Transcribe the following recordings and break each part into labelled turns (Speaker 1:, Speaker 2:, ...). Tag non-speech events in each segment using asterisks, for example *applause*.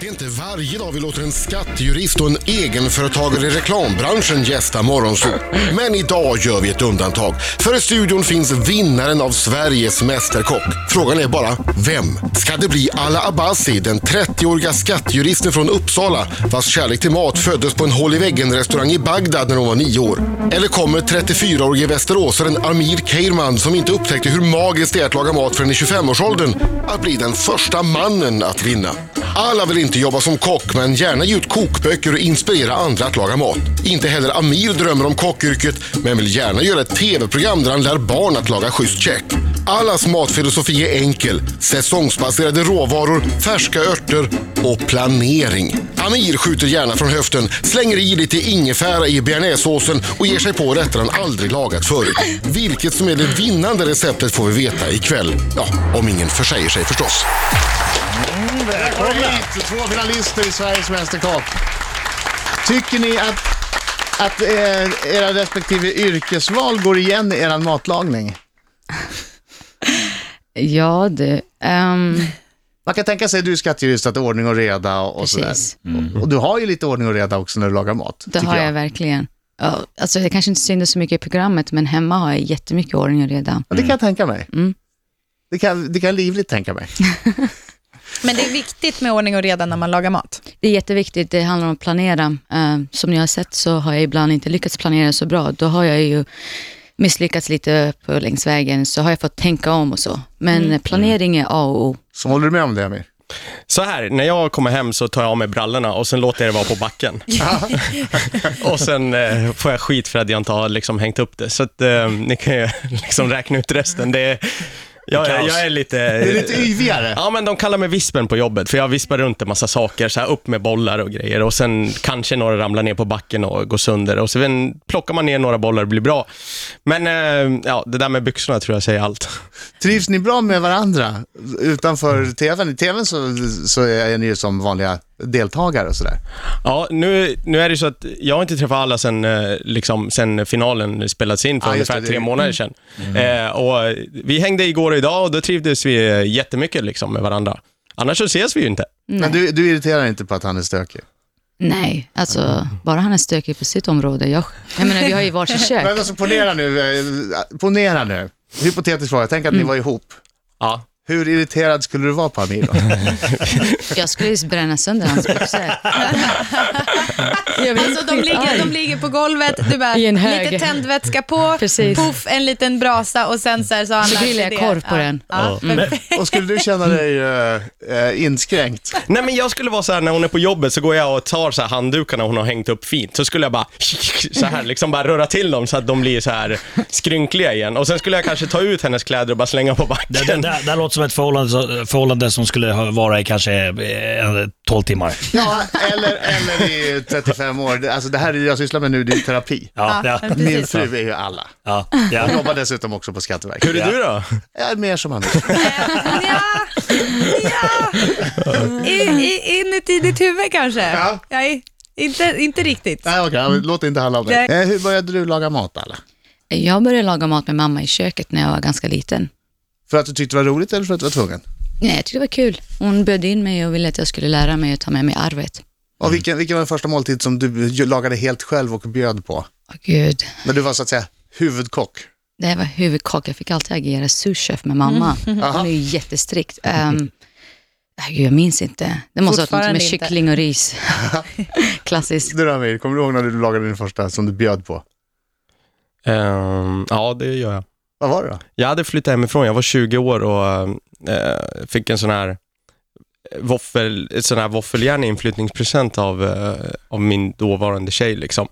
Speaker 1: Det är inte varje dag vi låter en skattejurist och en egenföretagare i reklambranschen gästa Morgonzoo. Men idag gör vi ett undantag. För i studion finns vinnaren av Sveriges Mästerkock. Frågan är bara, vem? Ska det bli Alla Abassi, den 30-åriga skattejuristen från Uppsala vars kärlek till mat föddes på en håll i väggen-restaurang i Bagdad när hon var nio år? Eller kommer 34-årige västeråsaren Amir Keirman som inte upptäckte hur magiskt det är att laga mat förrän i 25-årsåldern att bli den första mannen att vinna? Alla vill inte jobba som kock, men gärna ge ut kokböcker och inspirera andra att laga mat. Inte heller Amir drömmer om kockyrket, men vill gärna göra ett tv-program där han lär barn att laga schysst käk. Allas matfilosofi är enkel. Säsongsbaserade råvaror, färska örter och planering. Amir skjuter gärna från höften, slänger i lite ingefära i bearnaisesåsen och ger sig på rätter han aldrig lagat förut. Vilket som är det vinnande receptet får vi veta ikväll. Ja, om ingen försäger sig förstås.
Speaker 2: Välkomna hit, två finalister i Sveriges Mästerkock. Tycker ni att, att eh, era respektive yrkesval går igen i er matlagning?
Speaker 3: Ja du, ehm,
Speaker 2: Man kan tänka sig, du är skattejurist, att det är ordning och reda och, och sådär. Mm.
Speaker 3: precis.
Speaker 2: Och, och du har ju lite ordning och reda också när du lagar mat.
Speaker 3: Det
Speaker 2: tycker
Speaker 3: har jag verkligen. Ja, Alltså det kanske inte syns så mycket i programmet, men hemma har jag jättemycket ordning och reda.
Speaker 2: Ja, Det kan jag tänka mig.
Speaker 3: Mm.
Speaker 2: Det, kan, det kan jag livligt tänka mig.
Speaker 4: Men det är viktigt med ordning och reda när man lagar mat.
Speaker 3: Det är jätteviktigt, det handlar om att planera. Eh, Som ni har sett så har jag ibland inte lyckats planera så bra. Då har jag ju misslyckats lite på längs vägen, så har jag fått tänka om och så. Men
Speaker 2: Mm.
Speaker 3: planering är A och O.
Speaker 2: Så håller du med om det, Amir?
Speaker 5: Så här, när jag kommer hem så tar jag av mig brallorna och sen låter jag det vara
Speaker 2: *laughs*
Speaker 5: på backen. och sen eh, får jag skit för att jag inte har liksom, hängt upp det. Så att, eh, ni kan ju *laughs* liksom räkna ut resten. Det är, jag, jag, jag är lite...
Speaker 2: Det är lite yvigare.
Speaker 5: Ja, men de kallar mig vispen på jobbet, för jag vispar runt en massa saker, så här upp med bollar och grejer och sen kanske några ramlar ner på backen och går sönder och sen plockar man ner några bollar och blir bra. Men eh, ja, det där med byxorna tror jag säger allt.
Speaker 2: Trivs ni bra med varandra utanför tvn? I tvn så, så är ni ju som vanliga deltagare och sådär.
Speaker 5: Ja, nu, nu är det ju så att jag har inte träffat alla sen, eh, liksom, sen finalen spelats in för
Speaker 2: Ja, Ah, just det, Mm.
Speaker 5: ungefär
Speaker 2: det-
Speaker 5: tre månader sedan. Eh, och eh, vi hängde igår och idag och då trivdes vi eh, jättemycket liksom, med varandra. Annars så ses vi ju inte.
Speaker 2: Men du, du irriterar inte på att han är stökig?
Speaker 3: Nej, alltså bara han är stökig på sitt område. Jag, jag menar, vi har ju
Speaker 2: *laughs*
Speaker 3: varsitt
Speaker 2: Men
Speaker 3: kök.
Speaker 2: alltså ponera nu, eh, ponera nu. Hypotetisk fråga, tänk att ni var ihop.
Speaker 5: Ja.
Speaker 2: Hur irriterad skulle du vara på Amir då?
Speaker 3: Jag skulle ju bränna sönder hans byxor. Jag blir
Speaker 4: Alltså, de, ligger,
Speaker 3: skitarg.
Speaker 4: de ligger på golvet, du bara,
Speaker 3: I en hög.
Speaker 4: lite tändvätska på,
Speaker 3: Precis.
Speaker 4: puff, en liten brasa och sen så, här, så har han
Speaker 3: Så
Speaker 4: lärt sig
Speaker 3: grillar jag
Speaker 4: det.
Speaker 3: korv på
Speaker 4: ja.
Speaker 3: den.
Speaker 4: Ja, perfekt.
Speaker 2: Och skulle du känna dig eh, eh, inskränkt?
Speaker 5: Nej men jag skulle vara så här när hon är på jobbet så går jag och tar så här handdukarna hon har hängt upp fint. Så skulle jag bara *laughs* så här liksom bara röra till dem så att de blir så här skrynkliga igen. Och sen skulle jag kanske ta ut hennes kläder och bara slänga på
Speaker 6: Det, det,
Speaker 5: backen.
Speaker 6: det, det låter som ett förhållande, förhållande som skulle ha- vara i kanske eh, 12 timmar.
Speaker 2: Ja, eller, eller i 35 år. Det- Alltså det här är- jag sysslar med nu, det är ju terapi.
Speaker 6: Ja, ja,
Speaker 4: men precis.
Speaker 2: Min fru är ju alla.
Speaker 6: ja,
Speaker 2: Jag
Speaker 6: ja.
Speaker 2: jobbar dessutom också på Skatteverket.
Speaker 5: Hur är du då?
Speaker 2: Jag är mer som Amir.
Speaker 4: Ja, ja. I, i, in i tidigt huvud kanske.
Speaker 2: Ja.
Speaker 4: Nej, inte, inte riktigt.
Speaker 2: Nej, okej, men låt det inte handla om det. Eh, hur började du laga mat alla?
Speaker 3: Jag började laga mat med mamma i köket när jag var ganska liten.
Speaker 2: För att du tyckte det var roligt eller för att du var tvungen?
Speaker 3: Nej, jag tyckte det var kul. Hon bjöd in mig och ville att jag skulle lära mig att ta med mig arvet.
Speaker 2: Och vilken, vilken var den första måltid som du ju- lagade helt själv och bjöd på?
Speaker 3: Åh gud,
Speaker 2: När du var så att säga huvudkock?
Speaker 3: det här var huvudkock. Jag fick alltid agera souschef med mamma. Hon är ju jättestrikt. Um, gud, jag minns inte. Det måste ha varit något med
Speaker 4: Fortfarande inte.
Speaker 3: kyckling och ris. Klassiskt.
Speaker 2: Du då Amir, kommer du ihåg när du lagade din första som du bjöd på?
Speaker 5: Ehm, ja, det gör jag.
Speaker 2: Vad var det då?
Speaker 5: Jag hade flyttat hemifrån, jag var 20 år och eh, fick en sån här våffel, ett sån här våffeljärn i inflyttningspresent av, eh, av min dåvarande tjej liksom.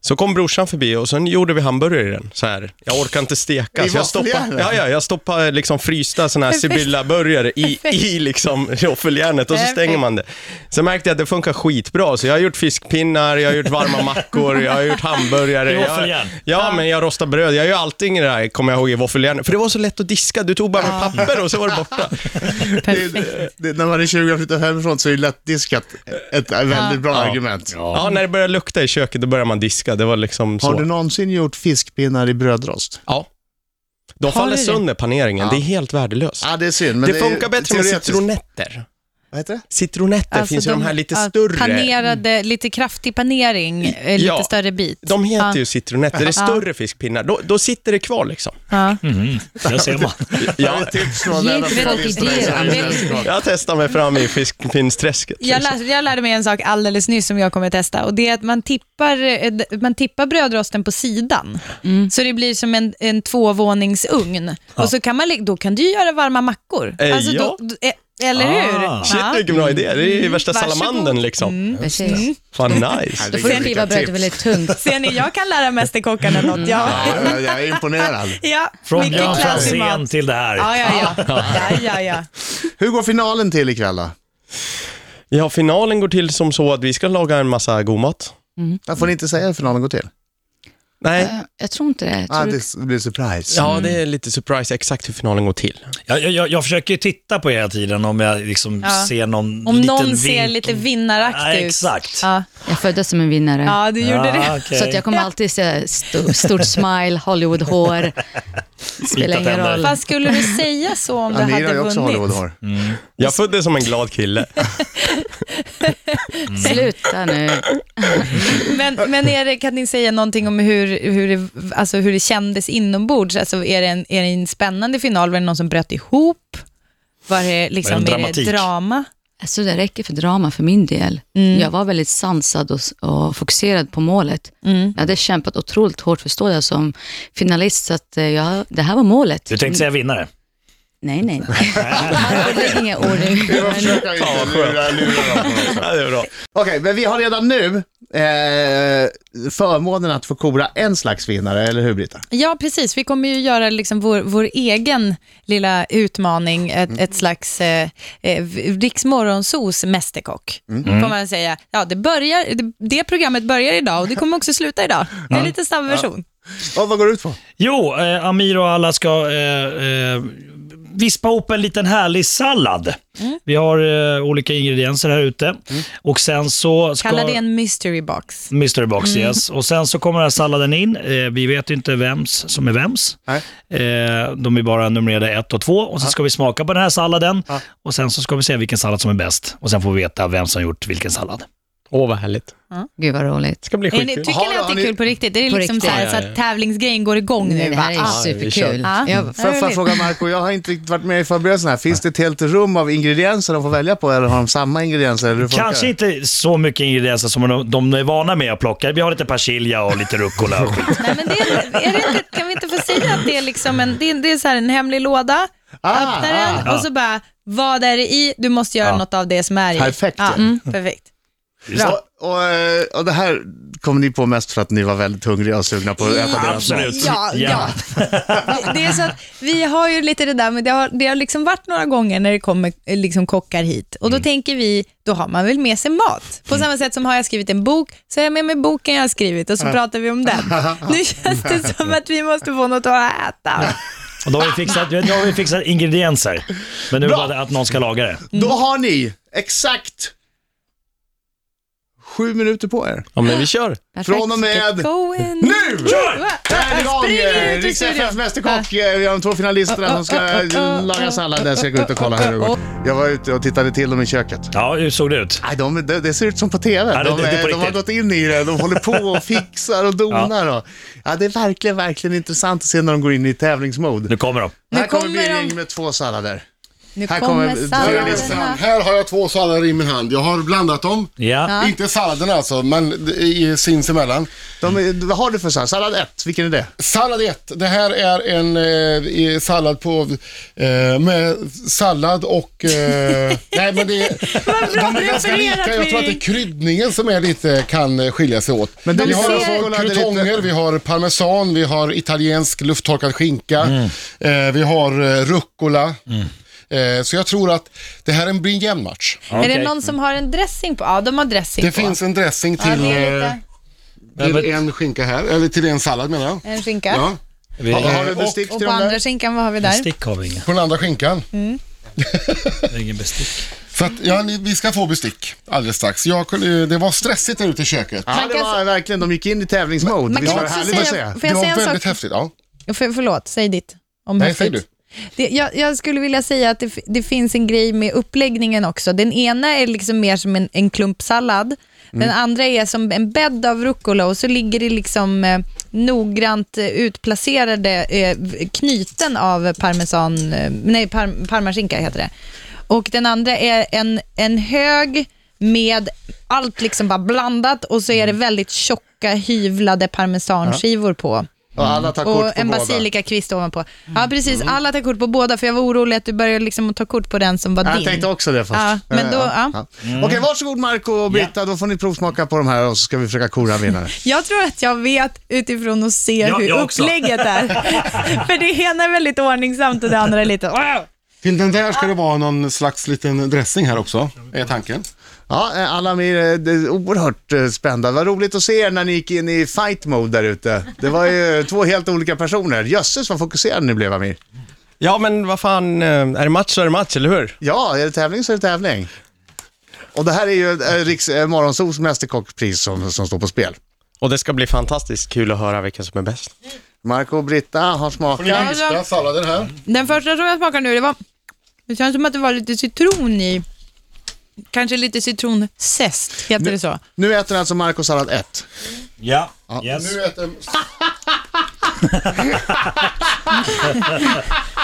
Speaker 5: Så kom brorsan förbi och sen gjorde vi hamburgare i den. Så här. Jag orkar inte steka.
Speaker 2: I
Speaker 5: Så jag, stoppade,
Speaker 2: våffeljärnet?
Speaker 5: ja, ja, jag stoppade liksom frysta såna här Sibylla-burgare i, i liksom *laughs* våffeljärnet och så stänger man det. Sen märkte jag att det funkar skitbra, så jag har gjort fiskpinnar, jag har gjort varma mackor, jag har gjort hamburgare.
Speaker 6: I
Speaker 5: Jag-
Speaker 6: våffeljärn?
Speaker 5: Ja, men jag rostar bröd. Jag gör allting i det här, kommer jag ihåg, i våffeljärn. För det var så lätt att diska. Du tog bara med papper och så var det borta. *laughs*
Speaker 2: Det, det, när man är 20 och flyttar hemifrån så är det lättdiskat ett väldigt bra argument.
Speaker 5: Ja, när det började lukta i köket, då började man diska. Det var liksom så.
Speaker 2: Har du någonsin gjort fiskpinnar i brödrost?
Speaker 5: Ja. De faller
Speaker 4: du det?
Speaker 5: sönder paneringen.
Speaker 2: Ja.
Speaker 5: Det är helt värdelöst.
Speaker 2: Ja, det är synd. Men
Speaker 5: det,
Speaker 2: är ju
Speaker 5: funkar bättre med
Speaker 2: teoretiskt.
Speaker 5: citronetter.
Speaker 2: Vad heter det?
Speaker 5: Citronetter finns ju de här lite
Speaker 4: Alltså, ja,
Speaker 5: större.
Speaker 4: Panerade, lite kraftig panering, eh, lite
Speaker 5: Ja.
Speaker 4: större bit.
Speaker 5: De heter ju citronetter, det är
Speaker 4: Ja.
Speaker 5: större fiskpinnar. Då, då sitter det kvar liksom.
Speaker 4: Ja.
Speaker 6: Där ser man.
Speaker 5: Ja,
Speaker 2: Tips från
Speaker 3: Ge
Speaker 2: en
Speaker 3: inte
Speaker 2: av
Speaker 3: mig något
Speaker 2: journalisterna i
Speaker 3: idéer,
Speaker 2: Sveriges
Speaker 3: Anders.
Speaker 2: Mästerskap.
Speaker 5: jag testar mig fram i fiskpinnsträsket.
Speaker 4: Jag,
Speaker 5: Liksom.
Speaker 4: lär, jag lärde mig en sak alldeles nyss som jag kommer att testa och det är att man tippar, eh, d- man tippar brödrosten på sidan.
Speaker 6: Mm.
Speaker 4: Så det blir som en, en tvåvåningsugn. Och så kan man, lä- då kan du ju göra varma mackor. Alltså
Speaker 5: Eh,
Speaker 4: då-
Speaker 5: ja.
Speaker 4: d- eh, eller hur?
Speaker 6: Ah.
Speaker 5: Shit,
Speaker 4: Ja. Mm.
Speaker 5: vilken bra idé. Det är ju värsta
Speaker 4: Varsågod. Mm.
Speaker 5: salamandern liksom.
Speaker 3: Precis.
Speaker 5: Fan nice.
Speaker 3: Då får du skiva brödet väldigt
Speaker 4: *laughs*
Speaker 3: tungt.
Speaker 4: Ser ni, jag kan lära Mästerkockarna något. Ja.
Speaker 2: Ja, jag- Jag är imponerad.
Speaker 4: *laughs* Ja,
Speaker 6: Mm. Från
Speaker 4: mycket
Speaker 6: Björn
Speaker 4: klass i mat.
Speaker 6: Franzén till det här.
Speaker 4: Ja, ja,
Speaker 6: *laughs*
Speaker 4: ja. ja, ja, ja.
Speaker 2: Hur går finalen till ikväll då?
Speaker 5: Ja, finalen går till som så att vi ska laga en massa god mat.
Speaker 2: Där får ni inte säga hur finalen går till.
Speaker 5: Nej.
Speaker 3: Eh, Jag tror inte det. Jag tror
Speaker 2: Ah, det blir surprise.
Speaker 5: Ja, det är lite surprise exakt hur finalen går till.
Speaker 6: Jag, jag- jag, jag försöker ju titta på er hela tiden om jag liksom
Speaker 4: Ja.
Speaker 6: ser någon
Speaker 4: Om
Speaker 6: liten
Speaker 4: någon ser
Speaker 6: vink.
Speaker 4: lite vinnaraktig
Speaker 6: Ja,
Speaker 4: ut.
Speaker 6: exakt.
Speaker 4: Ja,
Speaker 3: Jag föddes som en vinnare.
Speaker 4: ja du gjorde det.
Speaker 6: Ja, okej.
Speaker 3: Så att jag kommer alltid se sto- stort smile, Hollywood-hår. Spelar ingen
Speaker 6: tänder.
Speaker 3: roll.
Speaker 4: Fast skulle du säga så om du
Speaker 2: Amir har
Speaker 4: hade
Speaker 2: ju också
Speaker 4: vunnit?
Speaker 2: Hollywoodhår.
Speaker 5: Mm. Jag föddes som en glad kille.
Speaker 3: Sluta nu.
Speaker 4: Men, men är det, kan ni säga någonting om hur, hur, det, alltså hur det kändes inombords? Alltså är, det en, är det en spännande final? Var det någon som bröt ihop? Var det, liksom,
Speaker 6: Var det en
Speaker 4: är det
Speaker 6: dramatik?
Speaker 4: drama?
Speaker 3: Alltså det räcker för drama för min del. Jag var väldigt sansad och, och fokuserad på målet. Jag hade kämpat otroligt hårt för att stå där som finalist, så att eh, jag, det här var målet.
Speaker 6: Du tänkte säga vinnare?
Speaker 3: Nej, nej. *laughs* Lägg inga ord i
Speaker 2: Vi får *laughs*
Speaker 3: munnen.
Speaker 2: försöka inte lura, lura dem.
Speaker 5: Ja, det är bra.
Speaker 2: Okej, men vi har redan nu eh, förmånen att få kora en slags vinnare, eller hur Britta?
Speaker 4: Ja, precis. Vi kommer ju göra liksom vår, vår egen lilla utmaning, ett, ett slags eh, eh, Riks Morgonzos mästerkock,
Speaker 6: Mm.
Speaker 4: får man säga. Ja, det, börjar, det, det programmet börjar idag och det kommer också sluta idag. Det är en lite snabb version.
Speaker 2: Och vad går det ut på?
Speaker 6: Jo, eh, Amir och alla ska eh, eh, vispa ihop en liten härlig sallad.
Speaker 4: Mm.
Speaker 6: Vi har eh, olika ingredienser här ute. Och sen så ska...
Speaker 4: Kalla Mm. det en Mm. mystery box.
Speaker 6: Mr Box, yes. Och sen så kommer den här salladen in. Eh, vi vet ju inte vems som är vems.
Speaker 2: Nej.
Speaker 6: Eh, de är bara numrerade 1 och 2. Och sen ska vi smaka på den här salladen. Och sen så ska vi se vilken sallad som är bäst. Och sen får vi veta vem som gjort vilken sallad.
Speaker 5: *laughs* Åh, vad härligt.
Speaker 3: Gud vad
Speaker 5: Det
Speaker 3: roligt.
Speaker 5: ska bli
Speaker 4: Är ni,
Speaker 5: skitkul.
Speaker 4: tycker ni
Speaker 2: Har-
Speaker 4: att det
Speaker 2: har
Speaker 4: är
Speaker 2: ni-
Speaker 4: kul på riktigt? Är det
Speaker 3: På
Speaker 4: liksom
Speaker 3: riktigt.
Speaker 4: så, här, så att tävlingsgrejen går igång nu?
Speaker 3: Nej, det
Speaker 4: va?
Speaker 3: här är
Speaker 4: Ah.
Speaker 3: superkul.
Speaker 5: Ja,
Speaker 4: vi kör.
Speaker 3: Jag,
Speaker 2: Får jag bara fråga Marco, jag har inte riktigt varit med i förberedelserna. här. Finns det ett helt rum av ingredienser de får välja på eller har de samma ingredienser? Eller hur funkar
Speaker 6: Kanske
Speaker 2: det?
Speaker 6: inte så mycket ingredienser som de, de är vana med att plocka. Vi har lite persilja och lite rucola och skit.
Speaker 4: Nej, men det är, är det inte, kan vi inte få säga att det är, liksom en, det är, det är så här en hemlig låda?
Speaker 2: Ah,
Speaker 4: öppna den och så bara, vad är det i? Du måste göra något av det som är i.
Speaker 2: Perfekt,
Speaker 4: Ja,
Speaker 2: ja.
Speaker 4: mm, perfekt.
Speaker 2: Bra. Och, och, eh, och det här kom ni på mest för att ni var väldigt hungriga och sugna på att äta deras mat.
Speaker 6: Absolut.
Speaker 4: Ja, ja. Det är så att vi har ju lite det där, men det har, det har liksom varit några gånger när det kommer eh, liksom kockar hit
Speaker 1: Mm.
Speaker 4: och då tänker vi, då har man väl med sig mat. På samma sätt som har jag skrivit en bok, så har jag med mig boken jag har skrivit och så pratar vi
Speaker 1: *laughs*
Speaker 4: om den. Nu känns det som att vi måste få något att
Speaker 1: *laughs*
Speaker 4: äta.
Speaker 6: Och då har vi fixat, då har vi fixat ingredienser. Men nu var det att någon ska laga det.
Speaker 2: Då har ni exakt sju minuter på er.
Speaker 5: Ja, men vi kör.
Speaker 2: Från och med
Speaker 4: Go in.
Speaker 2: nu! Där är det igång!
Speaker 4: Springer
Speaker 2: eh,
Speaker 4: ut i
Speaker 2: Riks FFs
Speaker 4: studion.
Speaker 2: mästerkock. eh, Vi har de två finalisterna som ska eh, laga sallad. Jag ska gå ut och kolla hur det går. Jag var ute och tittade till dem i köket.
Speaker 6: Ja, hur såg det ut?
Speaker 2: Nej, de, det, det ser ut som på tv.
Speaker 6: Ja, det-
Speaker 2: de,
Speaker 6: det är på
Speaker 2: eh, de har
Speaker 6: riktigt.
Speaker 2: gått in i det. De håller på
Speaker 6: *laughs*
Speaker 2: och fixar och donar. Och, ja, det är verkligen, verkligen intressant att se när de går in i tävlingsmode.
Speaker 6: Nu kommer de.
Speaker 2: här kommer,
Speaker 4: kommer de-
Speaker 2: blir ring med två sallader.
Speaker 4: Nu
Speaker 2: Här
Speaker 4: kommer
Speaker 2: kommer-
Speaker 4: salladerna.
Speaker 1: Här har jag två sallader i min hand. Jag har blandat dem.
Speaker 6: Ja.
Speaker 1: Inte salladen alltså, men i- sinsemellan.
Speaker 2: De, är- vad har du för sallad? Sallad 1, vilken är det?
Speaker 1: Sallad 1. Det här är en eh, i- sallad på, eh, med sallad och... Eh, nej men det är, de
Speaker 4: du
Speaker 1: är ganska
Speaker 4: refererat,
Speaker 1: lika. Jag tror att det är
Speaker 4: Erik.
Speaker 1: kryddningen som är lite, kan skilja sig åt.
Speaker 2: Men det
Speaker 1: vi
Speaker 2: är
Speaker 1: har
Speaker 2: lite-
Speaker 1: alltså
Speaker 2: lite-
Speaker 1: krutonger, vi har parmesan, vi har italiensk lufttorkad skinka,
Speaker 2: Mm.
Speaker 1: eh, vi har eh, rucola. Eh, så jag tror att det här blir en jämn match.
Speaker 4: Är det någon som har en dressing på? Ja, de har dressing
Speaker 1: Det
Speaker 4: på.
Speaker 1: finns en dressing
Speaker 4: ja,
Speaker 1: till,
Speaker 4: det är
Speaker 1: eh,
Speaker 4: lite,
Speaker 1: till
Speaker 6: Men-
Speaker 1: en skinka här, eller till en sallad menar jag.
Speaker 4: en skinka.
Speaker 1: eh, Ja.
Speaker 6: Vi,
Speaker 2: Har, har du
Speaker 1: och-
Speaker 2: bestick
Speaker 4: Och
Speaker 2: till
Speaker 4: på
Speaker 2: de
Speaker 4: andra
Speaker 2: där?
Speaker 4: skinkan, vad har vi där?
Speaker 6: Bestick har vi inga.
Speaker 1: På den andra skinkan.
Speaker 4: Mm.
Speaker 6: Vi har Ingen bestick.
Speaker 1: Så att, ja, ni, vi ska få bestick alldeles strax. Jag, kunde- det var stressigt där ute i köket.
Speaker 2: Ja,
Speaker 4: Man
Speaker 2: det
Speaker 4: kan-
Speaker 2: var verkligen, de gick in i tävlingsmode.
Speaker 4: man
Speaker 2: Visst var
Speaker 4: kan
Speaker 2: det
Speaker 4: också
Speaker 2: härligt att
Speaker 4: säga-
Speaker 2: se?
Speaker 4: Får jag
Speaker 1: det
Speaker 4: säga
Speaker 1: var
Speaker 4: en
Speaker 1: väldigt
Speaker 4: sak? Mm.
Speaker 1: häftigt. Ja.
Speaker 4: För, förlåt, säg ditt. Om
Speaker 1: Nej,
Speaker 4: häftigt.
Speaker 1: säg du.
Speaker 4: Det, jag, jag skulle vilja säga att det, f- det finns en grej med uppläggningen också. Den ena är liksom mer som en, en klumpsallad. Den
Speaker 1: Mm.
Speaker 4: andra är som en bädd av rucola och så ligger det liksom eh, noggrant eh, utplacerade eh, v- knyten av parmesan, eh, nej par, parmaskinka heter det. Och den andra är en, en hög med allt liksom bara blandat och så
Speaker 1: Mm.
Speaker 4: är det väldigt tjocka hyvlade parmesanskivor på.
Speaker 2: Och alla tar kort
Speaker 4: Och
Speaker 2: på
Speaker 4: en
Speaker 2: båda. Mm.
Speaker 4: basilikakvist ovanpå. Ja, precis. Alla tar kort på båda, för jag var orolig att du började liksom ta kort på den som var
Speaker 2: Ja,
Speaker 4: din.
Speaker 2: Jag tänkte också det först. Eh,
Speaker 4: Ja, men då- ja.
Speaker 2: Okej, varsågod Marco och Britta, då får ni provsmaka på de här och så ska vi försöka kora en vinnare.
Speaker 4: Jag tror att jag vet utifrån att se
Speaker 6: Ja,
Speaker 4: hur
Speaker 6: jag också.
Speaker 2: *laughs*
Speaker 4: upplägget är. för det ena är väldigt ordningsamt och det andra är lite...
Speaker 7: Till den där ska det vara någon slags liten dressing här också, är tanken.
Speaker 2: Ja, eh, alla blir eh, det är oerhört eh, spända. Vad roligt att se er när ni gick in i fight mode där ute. Det var *laughs* ju två helt olika personer. Jösses vad fokuserade ni blev Amir.
Speaker 5: Ja, men vad fan, eh, är det match så är det match, eller hur?
Speaker 2: Ja, är det tävling så är det tävling. Och det här är ju eh, Riks eh, Morgonzoos mästerkockpris som, som står på spel.
Speaker 5: Och det ska bli fantastiskt kul att höra vilka som är bäst.
Speaker 2: Marco och Britta har smakat.
Speaker 4: Ja, så-
Speaker 7: salladen här.
Speaker 4: Den första som jag smakar nu, det var... Det känns som att det var lite citron i. Kanske lite citronzest, heter det så?
Speaker 2: Nu äter alltså Marco sallad 1.
Speaker 6: Ja, yes.
Speaker 7: äter
Speaker 2: Ah!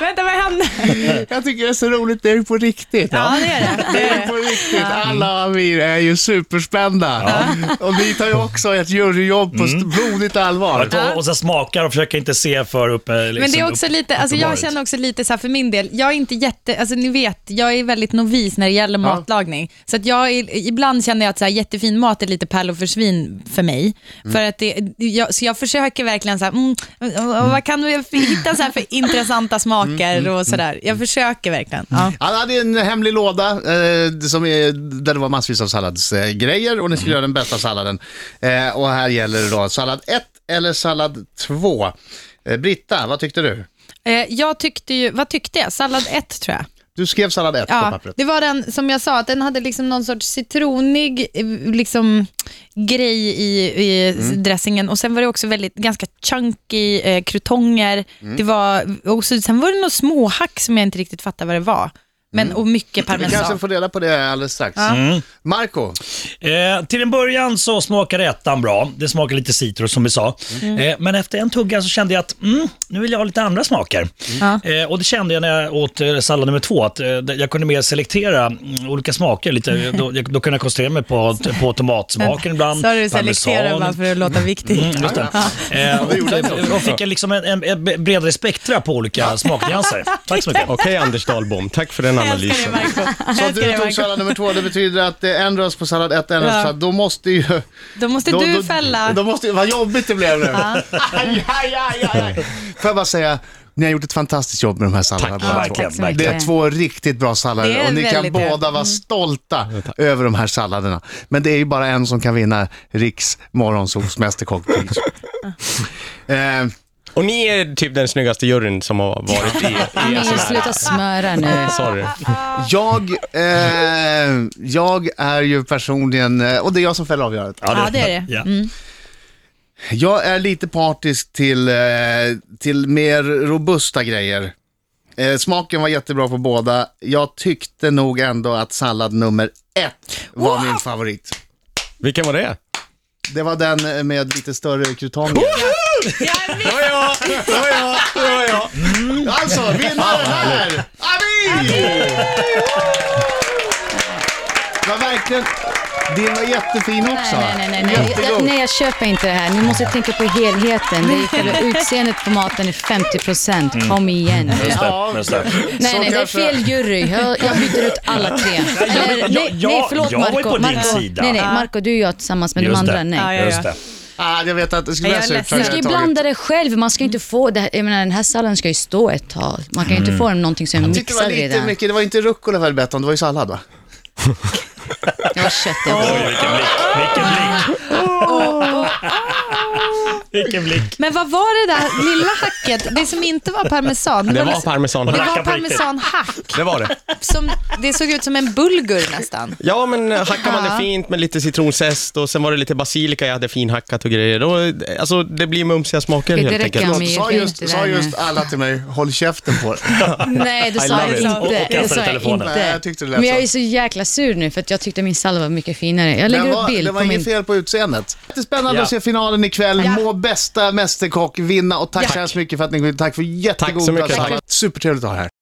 Speaker 4: Vänta, vad hände?
Speaker 2: Jag tycker det är så roligt, det är ju på riktigt.
Speaker 4: Ja, det är det.
Speaker 2: Det är på riktigt. Alla Amir är ju superspända. Och ni tar ju också ett juryjobb på st- blodigt allvar.
Speaker 6: Och ta- Och så smakar och försöker inte se för uppe. Liksom,
Speaker 4: Men det är också
Speaker 6: upp-
Speaker 4: lite, alltså jag
Speaker 6: uppenbarligt.
Speaker 4: känner också lite så här för min del, jag är inte jätte, alltså ni vet, jag är väldigt novis när det gäller matlagning. Så att jag är, ibland känner jag att så här, jättefin mat är lite pärlor för svin för mig.
Speaker 6: Mm.
Speaker 4: För att det, jag, så jag försöker verkligen så här, mm, mm, vad kan vi hitta så här
Speaker 6: *laughs*
Speaker 4: för intressanta
Speaker 6: Mm,
Speaker 4: smaker och sådär. Jag försöker verkligen. Ja.
Speaker 2: Han hade en hemlig låda eh, som är, där det var massvis av salladsgrejer eh, grejer, och ni skulle göra den bästa salladen. Eh, och här gäller det då sallad 1 eller sallad 2. Eh, Britta, vad tyckte du?
Speaker 4: Eh, Jag tyckte ju, vad tyckte jag? Sallad 1 tror jag.
Speaker 2: Du skrev sallad 1 på
Speaker 4: Ja,
Speaker 2: pappret.
Speaker 4: det var den som jag sa, att den hade liksom någon sorts citronig eh, liksom, grej i, i dressingen och sen var det också väldigt, ganska chunky eh, krutonger. Det var, och så, sen var det något småhack som jag inte riktigt fattade vad det var. Men, Och mycket
Speaker 2: Vi kanske
Speaker 4: parmesan.
Speaker 2: får reda på det alldeles strax. Marco,
Speaker 6: Eh, till en början så smakade ettan bra. Det smakade lite citrus som vi sa. Eh, men efter en tugga så kände jag att mm, nu vill jag ha lite andra smaker. Eh, och det kände jag när jag åt eh, sallad nummer två, att eh, jag kunde mer selektera mm, olika smaker. Lite, då, jag, då kunde jag koncentrera mig på, på tomatsmaken ibland,
Speaker 4: Sa du selektera bara för att låta viktig?
Speaker 6: Mm, just det. Eh, och, och fick jag liksom en, en, en bredare spektra på olika smaknyanser. Tack så mycket.
Speaker 5: Okej, Anders Dahlbom, tack för
Speaker 4: *laughs*
Speaker 5: den
Speaker 4: Jag älskar dig
Speaker 5: analysen.
Speaker 4: Marco.
Speaker 2: så att
Speaker 4: Jag älskar dig
Speaker 2: du tog
Speaker 4: Marco.
Speaker 2: sallad nummer 2, det betyder att det är en röst på sallad 1 en röst på
Speaker 4: Ja.
Speaker 2: sallad. Då måste ju...
Speaker 4: Då måste
Speaker 2: Då-
Speaker 4: du
Speaker 2: då-
Speaker 4: fälla.
Speaker 2: Då måste, vad jobbigt det blev nu. aj, aj, aj, aj. Får jag bara säga, ni har gjort ett fantastiskt jobb med de här salladerna
Speaker 6: Ja,
Speaker 2: båda två.
Speaker 6: verkligen,
Speaker 4: tack så mycket.
Speaker 2: Det
Speaker 6: verkligen.
Speaker 2: är två riktigt bra
Speaker 4: Det
Speaker 2: sallader
Speaker 4: är
Speaker 2: och ni kan
Speaker 4: väldigt bra. Mm.
Speaker 2: båda vara stolta över de här salladerna. Men det är ju bara en som kan vinna Riks morgonsols
Speaker 4: *laughs*
Speaker 2: mästerkockpris. eh,
Speaker 5: Och ni är typ den snyggaste juryn som har varit
Speaker 4: *laughs*
Speaker 5: i, i
Speaker 3: Men
Speaker 5: SMR.
Speaker 3: sluta smöra nu.
Speaker 5: Sorry.
Speaker 2: jag, eh, jag är ju personligen, eh, och det är jag som fäller avgörandet.
Speaker 4: Ja, det är det.
Speaker 6: Ja.
Speaker 2: Jag är lite partisk till, eh, till mer robusta grejer. Eh, smaken var jättebra på båda. Jag tyckte nog ändå att sallad nummer ett var min favorit.
Speaker 5: Vilken var det?
Speaker 2: Det var den med lite större krutonger.
Speaker 5: Det var jag! Det var jag! Det var jag!
Speaker 2: Alltså, vinnaren här! Amir! Det var verkligen... Din var jättefin också.
Speaker 3: Nej, nej, nej, nej.
Speaker 2: Jättegod.
Speaker 3: Jag, nej, jag köper inte det här. Ni måste tänka på helheten. Det är själva utseendet på maten är 50 procent. Kom igen.
Speaker 6: Just
Speaker 2: Ja.
Speaker 6: det, just det.
Speaker 3: Nej,
Speaker 2: Så
Speaker 3: nej, det är
Speaker 2: kanske-
Speaker 3: fel jury. Jag, jag byter ut alla tre. Eller,
Speaker 6: jag-
Speaker 3: nej,
Speaker 6: jag-
Speaker 3: nej, förlåt
Speaker 6: jag var ju
Speaker 3: Marco.
Speaker 6: på din
Speaker 3: Marco.
Speaker 6: sida.
Speaker 3: Nej, nej, Marco, du och jag tillsammans med de
Speaker 6: Just
Speaker 3: andra.
Speaker 6: det.
Speaker 3: Nej.
Speaker 4: Ja, ja,
Speaker 6: Just
Speaker 4: ja.
Speaker 6: det.
Speaker 2: Ah, jag vet att det skulle
Speaker 4: Jag är
Speaker 2: vara surt.
Speaker 4: ledsen.
Speaker 3: Man
Speaker 2: för
Speaker 3: ska
Speaker 2: jag
Speaker 3: ju
Speaker 2: hade tagit.
Speaker 3: blanda det själv. Man ska inte få det här. Jag menar, den här salladen ska ju stå ett tag. Man kan ju inte få den någonting som är
Speaker 2: Jag tyckte det
Speaker 3: mixad
Speaker 2: var lite
Speaker 3: redan.
Speaker 2: mycket. Det var inte rucola väl bett om, det var ju sallad va?
Speaker 3: Det var kött.
Speaker 6: Oj, vilken blick. Vilken blick. Vilken blick.
Speaker 4: Men vad var det där lilla hacket, det som inte var parmesan?
Speaker 5: Det var parmesan.
Speaker 4: det
Speaker 6: Hacka
Speaker 4: var
Speaker 6: på riktigt.
Speaker 4: parmesanhack.
Speaker 5: Det var det.
Speaker 4: Som, det såg ut som en bulgur
Speaker 5: *laughs*
Speaker 4: nästan.
Speaker 5: Ja, men eh, hackar man
Speaker 4: Ja.
Speaker 5: det fint med lite citronzest och sen var det lite basilika jag hade finhackat och grejer. Då, eh, alltså, det blir mumsiga smaker
Speaker 3: Det
Speaker 5: helt
Speaker 3: räcker
Speaker 5: enkelt.
Speaker 3: med
Speaker 2: Sa
Speaker 3: det
Speaker 2: just,
Speaker 3: där
Speaker 2: sa just
Speaker 3: med-
Speaker 2: alla till mig, håll käften på
Speaker 3: *laughs*
Speaker 2: det.
Speaker 3: Nej, det sa
Speaker 5: I love
Speaker 3: jag
Speaker 5: it.
Speaker 6: Och- och
Speaker 3: inte. Det
Speaker 6: kastade
Speaker 3: sa jag
Speaker 6: telefonen.
Speaker 3: inte.
Speaker 2: Nej, jag tyckte det lät
Speaker 3: Men jag
Speaker 2: så.
Speaker 3: är så jäkla sur nu för att jag tyckte min salva var mycket finare. Jag lägger
Speaker 2: Det var,
Speaker 3: upp bild
Speaker 2: det var
Speaker 3: på min...
Speaker 2: inget fel på utseendet. Det är spännande
Speaker 6: Ja.
Speaker 2: att se finalen ikväll.
Speaker 4: Ja.
Speaker 2: Må bästa Mästerkock vinna och tack
Speaker 4: Ja.
Speaker 2: så hemskt mycket för att ni kom hit. Tack för jättegod
Speaker 5: mycket.
Speaker 2: plats.
Speaker 5: Tack.
Speaker 2: Supertrevligt att ha er här.